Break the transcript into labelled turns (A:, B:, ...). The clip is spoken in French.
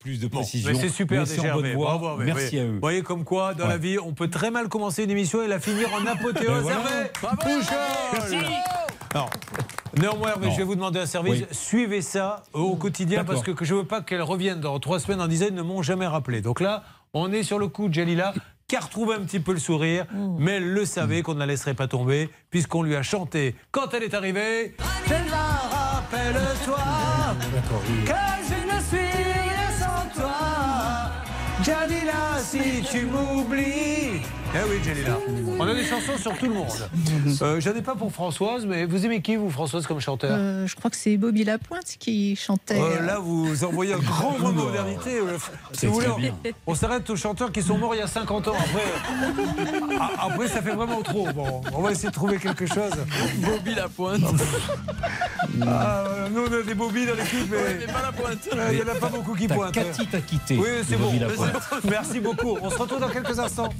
A: plus de
B: Bon,
A: précision.
B: mais c'est super,
A: Mais c'est en
B: DGRB.
A: bonne voie.
B: Bravo, Hervé.
A: Merci
B: Oui.
A: à eux.
B: Vous voyez comme quoi, dans la vie, on peut très mal commencer une émission et la finir en
A: Ben
B: apothéose.
A: voilà.
B: Hervé. Pouchol. Alors, Néanmoins, Hervé,
A: Non.
B: je vais vous demander un service.
A: Oui.
B: Suivez ça au quotidien parce
A: D'accord.
B: que, que je ne veux pas qu'elle revienne dans trois semaines en disant ils ne m'ont jamais rappelé. Donc là, on est sur le coup de Jalila qui a retrouvé un petit peu le sourire, mais elle le savait qu'on ne la laisserait pas tomber puisqu'on lui a chanté quand elle est arrivée. Jalila, rappelle-toi que je ne suis rien sans toi. Jalila, si tu m'oublies. Eh oui, Jalila. On a des chansons sur tout le monde. Euh, J'en ai pas pour Françoise, mais vous aimez qui, vous, Françoise, comme chanteur
C: Euh, je crois que c'est Bobby Lapointe qui chantait.
B: Euh, là, vous envoyez un grand mot de modernité. euh, Si vous voulez, on, on s'arrête aux chanteurs qui sont morts il y a 50 ans. Après, euh, a- après, ça fait vraiment trop. Bon, on va essayer de trouver quelque chose.
D: Bobby Lapointe.
B: Ah, voilà, nous, on a des bobies dans l'équipe, mais
D: Mais pas la pointe.
B: euh, il n'y en a pas beaucoup qui
A: T'as
B: pointent. hein.
A: Cathy t'a quitté.
B: Oui,
A: de
B: c'est bon.
A: Bobby Lapointe.
B: Merci beaucoup. On se retrouve dans quelques instants.